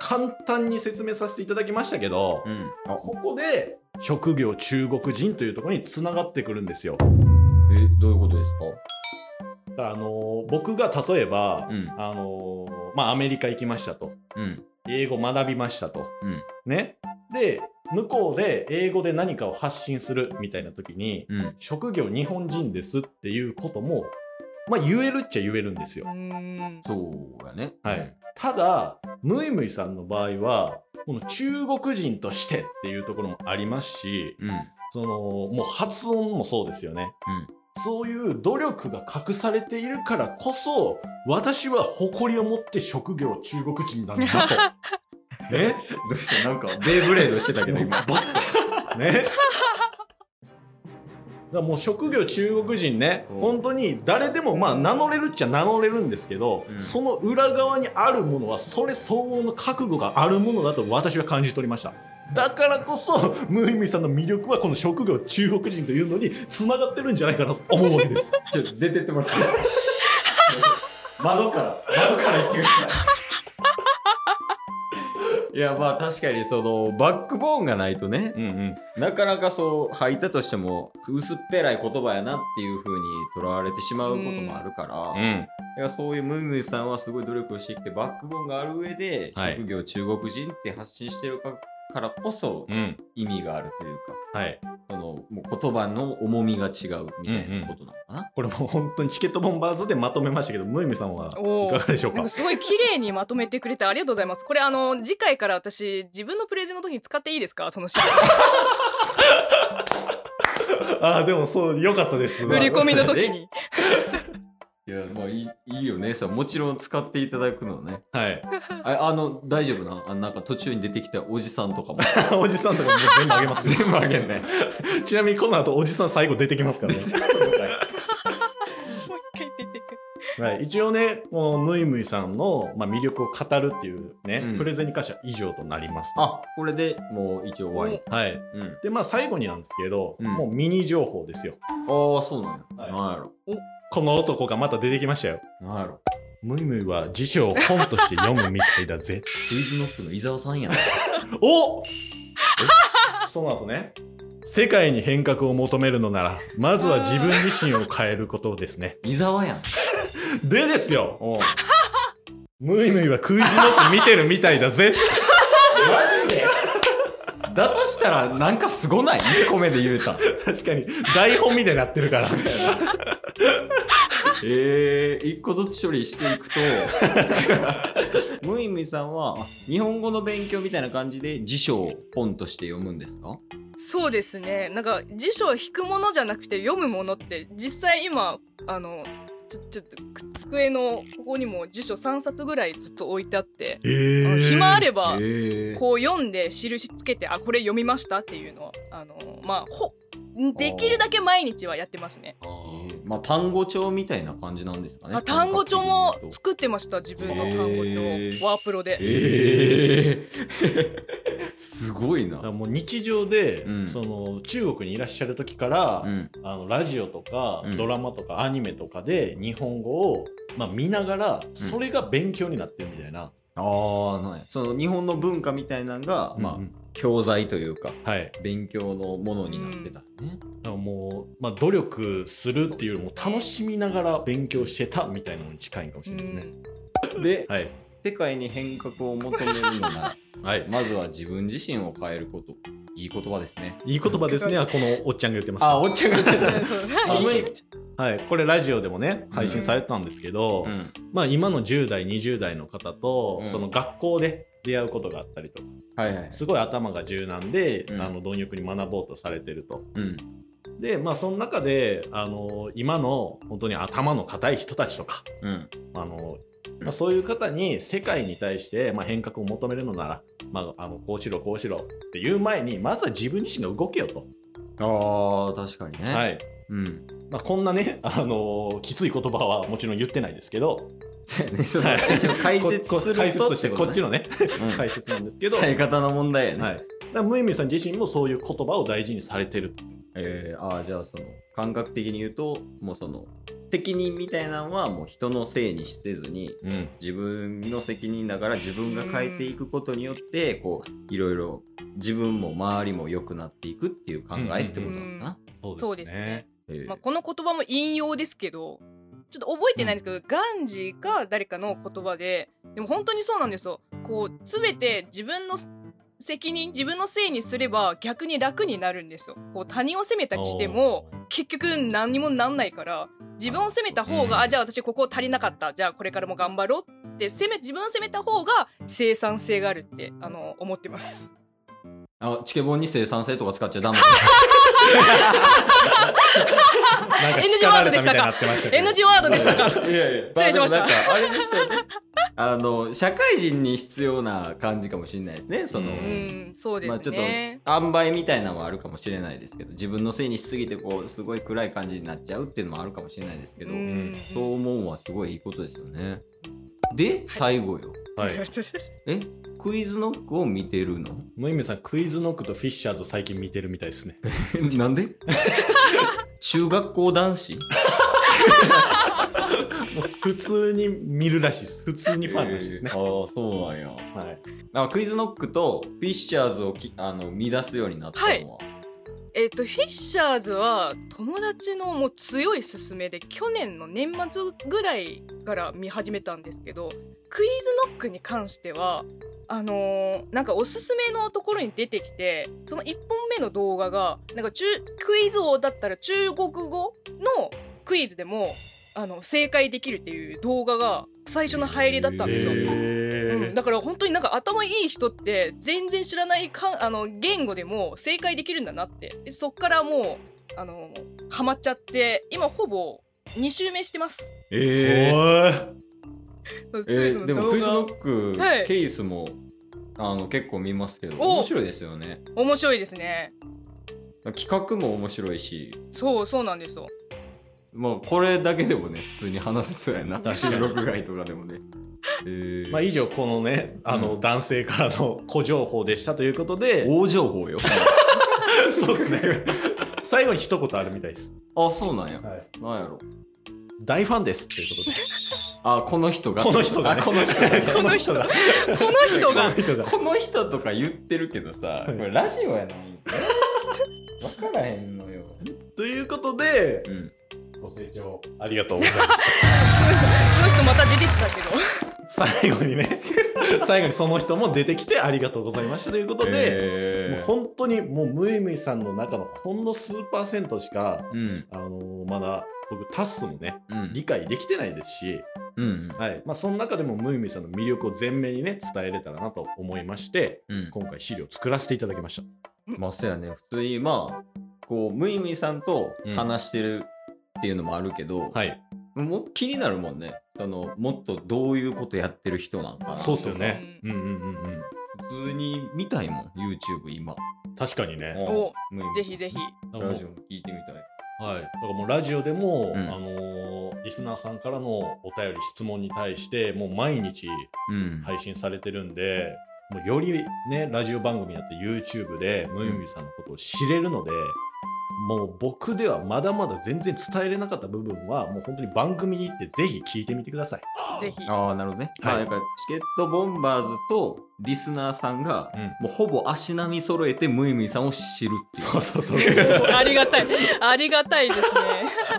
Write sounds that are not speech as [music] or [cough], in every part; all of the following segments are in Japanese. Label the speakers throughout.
Speaker 1: 簡単に説明させていただきましたけど、
Speaker 2: うん。
Speaker 1: ここで職業中国人というところに繋がってくるんですよ。
Speaker 2: え、どういうことです
Speaker 1: だからあのー僕が例えば
Speaker 2: か、うん。
Speaker 1: あのーまあアメリカ行きましたと
Speaker 2: うん。
Speaker 1: 英語学びましたと、
Speaker 2: うん
Speaker 1: ねで向こうで英語で何かを発信するみたいな時に
Speaker 2: うん。
Speaker 1: 職業日本人ですっていうこともまあ言えるっちゃ言えるんですよ
Speaker 3: ん
Speaker 2: そうやね。
Speaker 1: はい。ただムイムイさんの場合はこの中国人としてっていうところもありますし
Speaker 2: うん。
Speaker 1: そのもう発音もそうですよね、
Speaker 2: うん
Speaker 1: そういう努力が隠されているからこそ私は誇りを持って職業中国人
Speaker 2: [laughs]
Speaker 1: なんだとね
Speaker 2: どうしたなんか、ベイブレードしてた [laughs] け
Speaker 1: [laughs]
Speaker 2: ど、今。
Speaker 1: ね。だからもう職業中国人ね、
Speaker 2: うん
Speaker 1: 本当に誰でもまあ名乗れるっちゃ名乗れるんですけど、
Speaker 2: うん
Speaker 1: その裏側にあるものはそれ相応の覚悟があるものだと私は感じ取りましただからこそムイムイさんの魅力はこの職業中国人というのに繋がってるんじゃないかなと思うわけです
Speaker 2: [laughs] ちょっと出てってもら [laughs] って。窓から、窓から行ってください。いやまあ確かにそのバックボーンがないとね
Speaker 1: うんうん
Speaker 2: なかなかそう吐いたとしても薄っぺらい言葉やなっていう風にとらわれてしまうこともあるから、
Speaker 1: うん
Speaker 2: だからそういうムイムイさんはすごい努力をしてきてバックボーンがある上で、
Speaker 1: はい
Speaker 2: 職業中国人って発信してるかからこそ
Speaker 1: うん
Speaker 2: 意味があるというか、
Speaker 1: はい
Speaker 2: そのもう言葉の重みが違うみたいなことなのかな。
Speaker 1: これもう本当にチケットボンバーズでまとめましたけどムイムイさんはい
Speaker 3: おー
Speaker 1: かがでしょう
Speaker 3: な
Speaker 1: か
Speaker 3: んかすごい綺麗にまとめてくれてありがとうございます。これあの、次回から私、自分のプレゼンの時に使っていいですかその資料。
Speaker 1: ああでもそう良かったです
Speaker 3: [laughs] 振り込みの時に。
Speaker 2: いやまあいいいいよねさもちろん使っていただくのはね。
Speaker 1: はい
Speaker 2: ああの大丈夫なあなんか途中に出てきたおじさんとかも
Speaker 1: おじさんとかもう全部あげます
Speaker 2: [laughs] 全部あげるね。
Speaker 1: [laughs] ちなみにこの後おじさん最後出てきますからね、
Speaker 3: もう一回出てくる。
Speaker 1: はい、一応ねこのムイムイさんの、まあ、魅力を語るっていうね、
Speaker 2: うん
Speaker 1: プレゼンに関しては以上となります
Speaker 2: あこれでもう一応終わ
Speaker 1: はい
Speaker 2: り。うん。
Speaker 1: でまあ最後になんですけど、
Speaker 2: うん
Speaker 1: もうミニ情報ですよ
Speaker 2: ああそうなんや。
Speaker 1: はい
Speaker 2: なんやろ。
Speaker 1: この男がまた出てきましたよ
Speaker 2: なんやろ。
Speaker 1: ムイムイは辞書を本として読むみたいだぜ
Speaker 2: クイズノップの伊沢さんやん。
Speaker 1: お [laughs] その後ね世界に変革を求めるのならまずは自分自身を変えることですね
Speaker 2: 伊沢やん。
Speaker 1: でですよ
Speaker 2: おう
Speaker 1: ムイムイはクイズノック見てるみたいだぜ
Speaker 2: マジで [laughs] だとしたらなんかすごない ?2 個目で言えた。
Speaker 1: 確かに台本みたいになってるから
Speaker 2: ええー、1個ずつ処理していく [laughs] とムイムイさんはあ日本語の勉強みたいな感じで辞書をポンとして読むんですか
Speaker 3: そうですね。なんか、辞書を引くものじゃなくて読むものって、実際今、あの、ちょ、ちょっと、く机のここにも辞書3冊ぐらいずっと置いてあって、
Speaker 1: え
Speaker 3: あの
Speaker 1: ー
Speaker 3: 暇あれば、
Speaker 2: え
Speaker 3: こう読んで印つけてあこれ読みましたっていうのはあのまあほできるだけ毎日はやってますね。
Speaker 2: まあ単語帳みたいな感じなんですかね
Speaker 3: あ単語帳
Speaker 2: 感
Speaker 3: も
Speaker 2: 覚的に言うと
Speaker 3: 作ってました自分の単語
Speaker 2: へー
Speaker 3: 帳ワープロで。
Speaker 2: え
Speaker 3: [laughs]
Speaker 2: [laughs] えすごい
Speaker 1: だ
Speaker 2: な
Speaker 1: からもう日常で、
Speaker 2: うん
Speaker 1: その中国にいらっしゃる時から、
Speaker 2: うん
Speaker 1: あのラジオとか、
Speaker 2: うん
Speaker 1: ドラマとかアニメとかで日本語を、まあ、見ながらそれが勉強になってるみたいな、
Speaker 2: ああなんやその日本の文化みたいなのが、
Speaker 1: まあ
Speaker 2: まあ教材というか
Speaker 1: はい
Speaker 2: 勉強のものになってたね、
Speaker 1: だからもう、まあ、努力するっていうよりも楽しみながら勉強してたみたいなのに近いかもしれないですね、
Speaker 2: で
Speaker 1: はい
Speaker 2: 世界に変革を求めるのなら
Speaker 1: はい
Speaker 2: まずは自分自身を変えることいい言葉ですね
Speaker 1: いい言葉ですねあこのおっちゃんが言ってました
Speaker 2: あおっちゃんが言って [laughs]
Speaker 3: うん [laughs] そう
Speaker 2: あ無理
Speaker 1: はい、これラジオでもね
Speaker 2: うん
Speaker 1: 配信されてたんですけど、
Speaker 2: うん
Speaker 1: まあ、今の10代20代の方と、
Speaker 2: うん
Speaker 1: その学校で出会うことがあったりとか
Speaker 2: はいはい
Speaker 1: すごい頭が柔軟で、
Speaker 2: うん
Speaker 1: あの貪欲に学ぼうとされてると。
Speaker 2: うん
Speaker 1: でまあその中であの今の本当に頭の固い人たちとか
Speaker 2: うん
Speaker 1: あの、
Speaker 2: うん
Speaker 1: まあ、そういう方に世界に対して、まあ、変革を求めるのなら、まあ、あのこうしろこうしろっていう前にまずは自分自身が動けよと。
Speaker 2: ああ確かにね
Speaker 1: はい
Speaker 2: うん
Speaker 1: まあ、こんなね、あのきつい言葉はもちろん言ってないですけど、
Speaker 2: そうやね、そ
Speaker 1: はい
Speaker 2: の一応解説
Speaker 1: ここ
Speaker 2: すると
Speaker 1: 解説としてこっち
Speaker 2: の、
Speaker 1: のね
Speaker 2: うん
Speaker 1: 解説なんですけど、は
Speaker 2: 伝え
Speaker 1: い、
Speaker 2: 方の問題やね。
Speaker 1: だからムイムイさん自身もそういう言葉を大事にされてる
Speaker 2: ええー、ああじゃあその感覚的に言うともうその責任みたいなのはもう人のせいにせずに
Speaker 1: うん
Speaker 2: 自分の責任だから自分が変えていくことによってこういろいろ自分も周りも良くなっていくっていう考えってことなのかな。
Speaker 3: そうですね。
Speaker 2: えー
Speaker 3: まあ、この言葉も引用ですけど、ちょっと覚えてないんですけど、ガンジーか誰かの言葉で、でも本当にそうなんですよ。こう、すべて自分の責任、自分のせいにすれば逆に楽になるんですよ。こう、他人を責めたりしても、結局何にもなんないから、自分を責めた方が、
Speaker 1: うん
Speaker 3: あ、じゃあ私ここ足りなかった、じゃあこれからも頑張ろうって、責め、自分を責めた方が生産性があるって、あの、思ってます。
Speaker 2: あチケボンに生産性とか使っち
Speaker 1: [laughs]
Speaker 2: ゃダメ
Speaker 1: なんか
Speaker 3: NG ワードでしたか
Speaker 1: 叱られたみたいになってましたけど
Speaker 3: NG ワードでしたか
Speaker 2: い
Speaker 3: [laughs]
Speaker 2: やいや
Speaker 3: 失礼しました
Speaker 2: あでもなんかあれですよね。あの社会人に必要な感じかもしれないですね。その、
Speaker 1: う
Speaker 3: うん、そうです
Speaker 2: ま
Speaker 3: ね。
Speaker 2: あちょっと塩梅みたいなのはあるかもしれないですけど、自分のせいにしすぎてこうすごい暗い感じになっちゃうっていうのもあるかもしれないですけど、
Speaker 3: うん
Speaker 2: そう思うのはすごいいいことですよね。で最後よ。
Speaker 1: はい
Speaker 3: [laughs]
Speaker 2: えクイズノックを見てるの？
Speaker 1: ムイムさんクイズノックとフィッシャーズ最近見てるみたいですね
Speaker 2: なんで？中学校男子？
Speaker 1: もう普通に見るらしいです普通にファンらしいですね、
Speaker 2: えーああそうなんや。
Speaker 1: はい、
Speaker 2: あクイズノックとフィッシャーズをきあの見出すようになったのは、
Speaker 3: えっとフィッシャーズは友達のもう強い勧めで去年の年末ぐらいから見始めたんですけどクイズノックに関してはあのーなんかおすすめのところに出てきてその1本目の動画がなんか中クイズ王だったら中国語のクイズでもあの正解できるっていう動画が最初の入りだったんですよ。
Speaker 2: へー
Speaker 3: うん、だから本当になんか頭いい人って全然知らないかんあの言語でも正解できるんだなってでそっからもうあのハマっちゃって今ほぼ2周目してます
Speaker 2: え
Speaker 1: お
Speaker 2: えーでもクイズノック、
Speaker 3: はい
Speaker 2: ケースもあの結構見ますけど
Speaker 3: お
Speaker 2: 面白いですよね
Speaker 3: 面白いですね
Speaker 2: 企画も面白いし
Speaker 3: そうそうなん
Speaker 2: [laughs]
Speaker 3: ですよ
Speaker 2: まあこれだけでもね普通に話せそうやな
Speaker 1: [laughs] 確かに
Speaker 2: 収録外とかでもね、えー
Speaker 1: い [laughs] まあ以上このねあの、
Speaker 2: うん
Speaker 1: 男性からの個情報でしたということで
Speaker 2: 大情報よ
Speaker 1: そうですね [laughs] 最後に一言あるみたいです、
Speaker 2: あそうなんや
Speaker 1: はい、
Speaker 2: なんやろ
Speaker 1: 大ファンですということで
Speaker 2: あこの人が
Speaker 1: この人がね
Speaker 2: あこの人が
Speaker 3: この人
Speaker 1: [laughs] この人が
Speaker 3: この人が
Speaker 1: 人が
Speaker 2: この人とか言ってるけどさこれラジオやないんだよわからへんのよ、
Speaker 1: ということで
Speaker 2: うん
Speaker 1: ご清聴ありがとうございまし
Speaker 3: その人また出てきたけど
Speaker 1: た最後にね最後にその人も出てきてありがとうございましたということで、
Speaker 2: えー
Speaker 1: もう本当にもうムイムイさんの中のほんの数パーセントしか
Speaker 2: うん
Speaker 1: あのーまだ僕タッスもね
Speaker 2: うん
Speaker 1: 理解できてないですし、
Speaker 2: うん
Speaker 1: はいまあ、その中でもムイムイさんの魅力を前面にね伝えれたらなと思いまして
Speaker 2: うん
Speaker 1: 今回資料作らせていただきました
Speaker 2: まあそうやね普通にまあこうムイムイさんと話してるっていうのもあるけど、
Speaker 1: はい
Speaker 2: もう気になるもんねそのもっとどういうことやってる人なのかな
Speaker 1: そうっすよねうんうんうんうん
Speaker 2: 普通に見たいもん YouTube 今
Speaker 1: 確かにね
Speaker 3: お
Speaker 2: ムイムイ
Speaker 3: ぜひぜひ
Speaker 1: だから
Speaker 2: ラ
Speaker 1: も
Speaker 2: ジオ
Speaker 1: う
Speaker 2: も聞いてみたい
Speaker 1: はい、だからもうラジオでも、
Speaker 2: うん
Speaker 1: あのーリスナーさんからのお便り質問に対してもう毎日
Speaker 2: うん、
Speaker 1: 配信されてるんでもうよりねラジオ番組だって YouTube でムユミさんのことを知れるので、もう僕ではまだまだ全然伝えれなかった部分はもう本当に番組に行ってぜひ聞いてみてください。
Speaker 3: ぜひ
Speaker 2: ああなるほどね、
Speaker 1: はい
Speaker 2: まあだからチケットボンバーズとリスナーさんが、
Speaker 1: うん
Speaker 2: もうほぼ足並み揃えてムイムイさんを知るっていう
Speaker 1: そうそうそう
Speaker 3: ありがたいありがた
Speaker 2: [laughs]
Speaker 3: いですね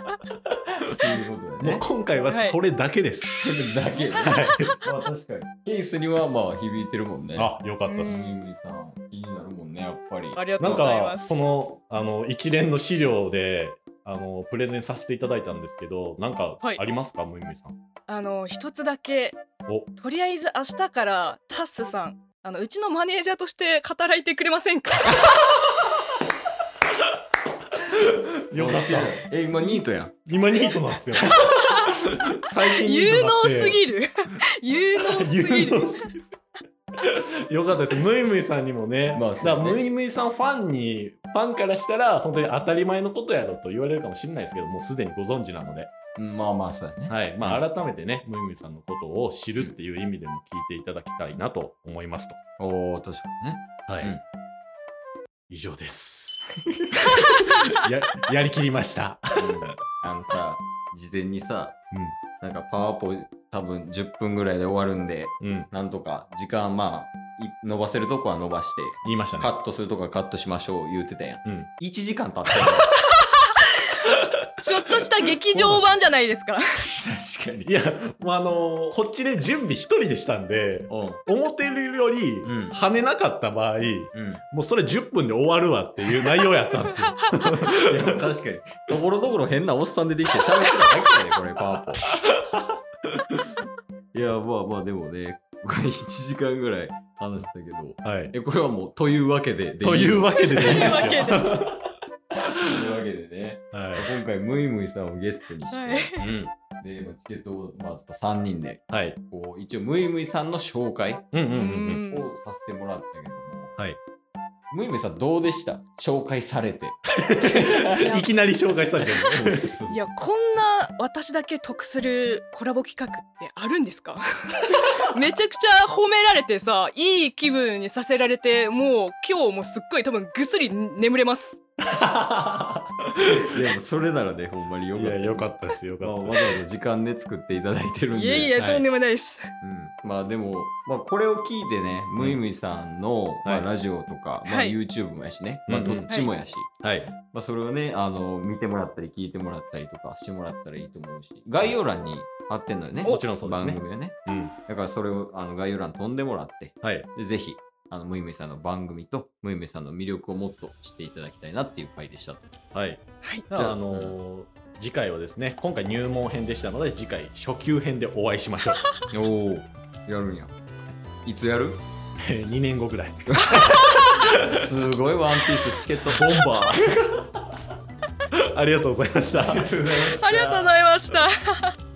Speaker 2: いうことだよね
Speaker 1: もう今回はそれだけです。
Speaker 2: それだけよね。 [laughs] まあ確かに。ケースにはまあ響いてるもんね。
Speaker 1: あよかったで
Speaker 2: ム
Speaker 1: す。
Speaker 2: イムイさん、気になるもんね、やっぱり。
Speaker 3: ありがと
Speaker 1: な
Speaker 3: うんございま
Speaker 1: か
Speaker 3: す
Speaker 1: このあの一連の資料であのプレゼンさせていただいたんですけどなんか
Speaker 3: はい
Speaker 1: ありますか、ムイムイさん。
Speaker 3: あの一つだけ
Speaker 1: お
Speaker 3: とりあえず明日からタッスさんあのうちのマネージャーとして働いてくれませんか
Speaker 1: よかった。
Speaker 2: え、今ニートやん。
Speaker 1: 今ニートなん
Speaker 3: [laughs]
Speaker 1: ですよ。最近ニ
Speaker 3: 有
Speaker 1: ートに
Speaker 3: 能
Speaker 1: なって
Speaker 3: すぎる [laughs] 有能すぎ
Speaker 1: [laughs]
Speaker 3: る
Speaker 1: よかったです。ムイムイさんにもね。
Speaker 2: まあ
Speaker 1: だから
Speaker 2: そうね
Speaker 1: ムイムイさんファンに、ファンからしたら、本当に当たり前のことやろと言われるかもしれないですけど、もうすでにご存知なので、
Speaker 2: うんまあまあ、そうやね。
Speaker 1: はい。まあ、改めてね、ムイムイさんのことを知るっていう意味でも聞いていただきたいなと思いますと。
Speaker 2: おお確かにね。
Speaker 1: はい。
Speaker 2: うん
Speaker 1: 以上です。 [laughs] ややりきりました。
Speaker 2: あのさ、事前にさ、なんかパワーポ多分10分ぐらいで終わるんで、
Speaker 1: うん。うん。
Speaker 2: なんとか時間まあ、い伸ばせるとこは伸ばして、
Speaker 1: 言いましたね。
Speaker 2: カットするとこはカットしましょう言うてたやん。
Speaker 1: うん。
Speaker 2: 1時間経った [laughs] よ
Speaker 3: ちょっとした劇場版じゃないですか。
Speaker 2: 確かに。
Speaker 1: いや、まあ、あのーこっちで準備一人でしたんで、
Speaker 2: う
Speaker 1: 思ってるより
Speaker 2: うん、
Speaker 1: 跳ねなかった場合、
Speaker 2: ん。うん。
Speaker 1: もうそれ10分で終わるわっていう内容やったん [laughs] ですよ。
Speaker 2: いや確かに。ところどころ変なおっさん出てきて [laughs] 喋ってただけやで、これ、パワポ。いや、まあまあ、でもね、これ1時間ぐらい話したけど、
Speaker 1: はい。
Speaker 2: え、これはもう、というわけでで
Speaker 1: という
Speaker 2: わ
Speaker 1: わけでね、
Speaker 3: というわけで。
Speaker 2: というわけでね、
Speaker 1: は
Speaker 2: 今回、ムイムイさんをゲストにして、
Speaker 3: は
Speaker 1: い。
Speaker 3: い
Speaker 1: うん。
Speaker 2: で、まあチケットをまず3人で、
Speaker 1: はい。
Speaker 2: こう、一応、ムイムイさんの紹介を
Speaker 1: うんうん
Speaker 3: う
Speaker 1: うんうん。
Speaker 3: ん
Speaker 2: させてもらったけども、
Speaker 1: はい。
Speaker 2: ムイムイさん、どうでした紹介さ
Speaker 1: [laughs]
Speaker 2: れて。
Speaker 1: いきなり紹介されてる。
Speaker 3: いやこんな私だけ得するコラボ企画ってある
Speaker 1: [laughs]
Speaker 3: んですかめちゃくちゃ褒められてさいい気分にさせられてもう今日もすっごい多分ぐっすり眠れます
Speaker 2: いや、もうそれならね、ほんまによ
Speaker 1: い
Speaker 2: かった。
Speaker 1: や、よかったですよ
Speaker 2: まあ、
Speaker 1: かっ
Speaker 2: わざわざ時間で作っていただいてるんで。
Speaker 3: いえいえ
Speaker 1: はい
Speaker 3: とんでもないです、
Speaker 2: うん、まあでも、まあ、これを聞いてね、ムイムイさんの、まあ、
Speaker 1: はい
Speaker 2: ラジオとか、まあ、
Speaker 3: はい
Speaker 2: YouTube もやしね、
Speaker 1: うん
Speaker 2: ま
Speaker 1: う
Speaker 2: あ、
Speaker 1: ん
Speaker 2: どっちもやし、
Speaker 1: た。はい。
Speaker 2: まあ、それをねあの見てもらったり聞いてもらったりとかしてもらったらいいと思うし概要欄に貼ってんのよね
Speaker 1: もちろんそうですね
Speaker 2: 番組はね
Speaker 1: うん。
Speaker 2: だからそれをあの概要欄飛んでもらって
Speaker 1: はい。
Speaker 2: でぜひあのムイムイさんの番組とムイムイさんの魅力をもっと知っていただきたいなっていう回でした
Speaker 1: はい。
Speaker 3: はい
Speaker 1: じゃあ、あのー次回はですね、今回入門編でしたので、次回初級編でお会いしま [laughs] しょう。
Speaker 2: おおやるんやいつやる
Speaker 1: 2年後ぐらい。
Speaker 2: すごいワンピースチケット
Speaker 1: ボンバ [laughs] ー。ありがとうございました。
Speaker 3: ありがとうございました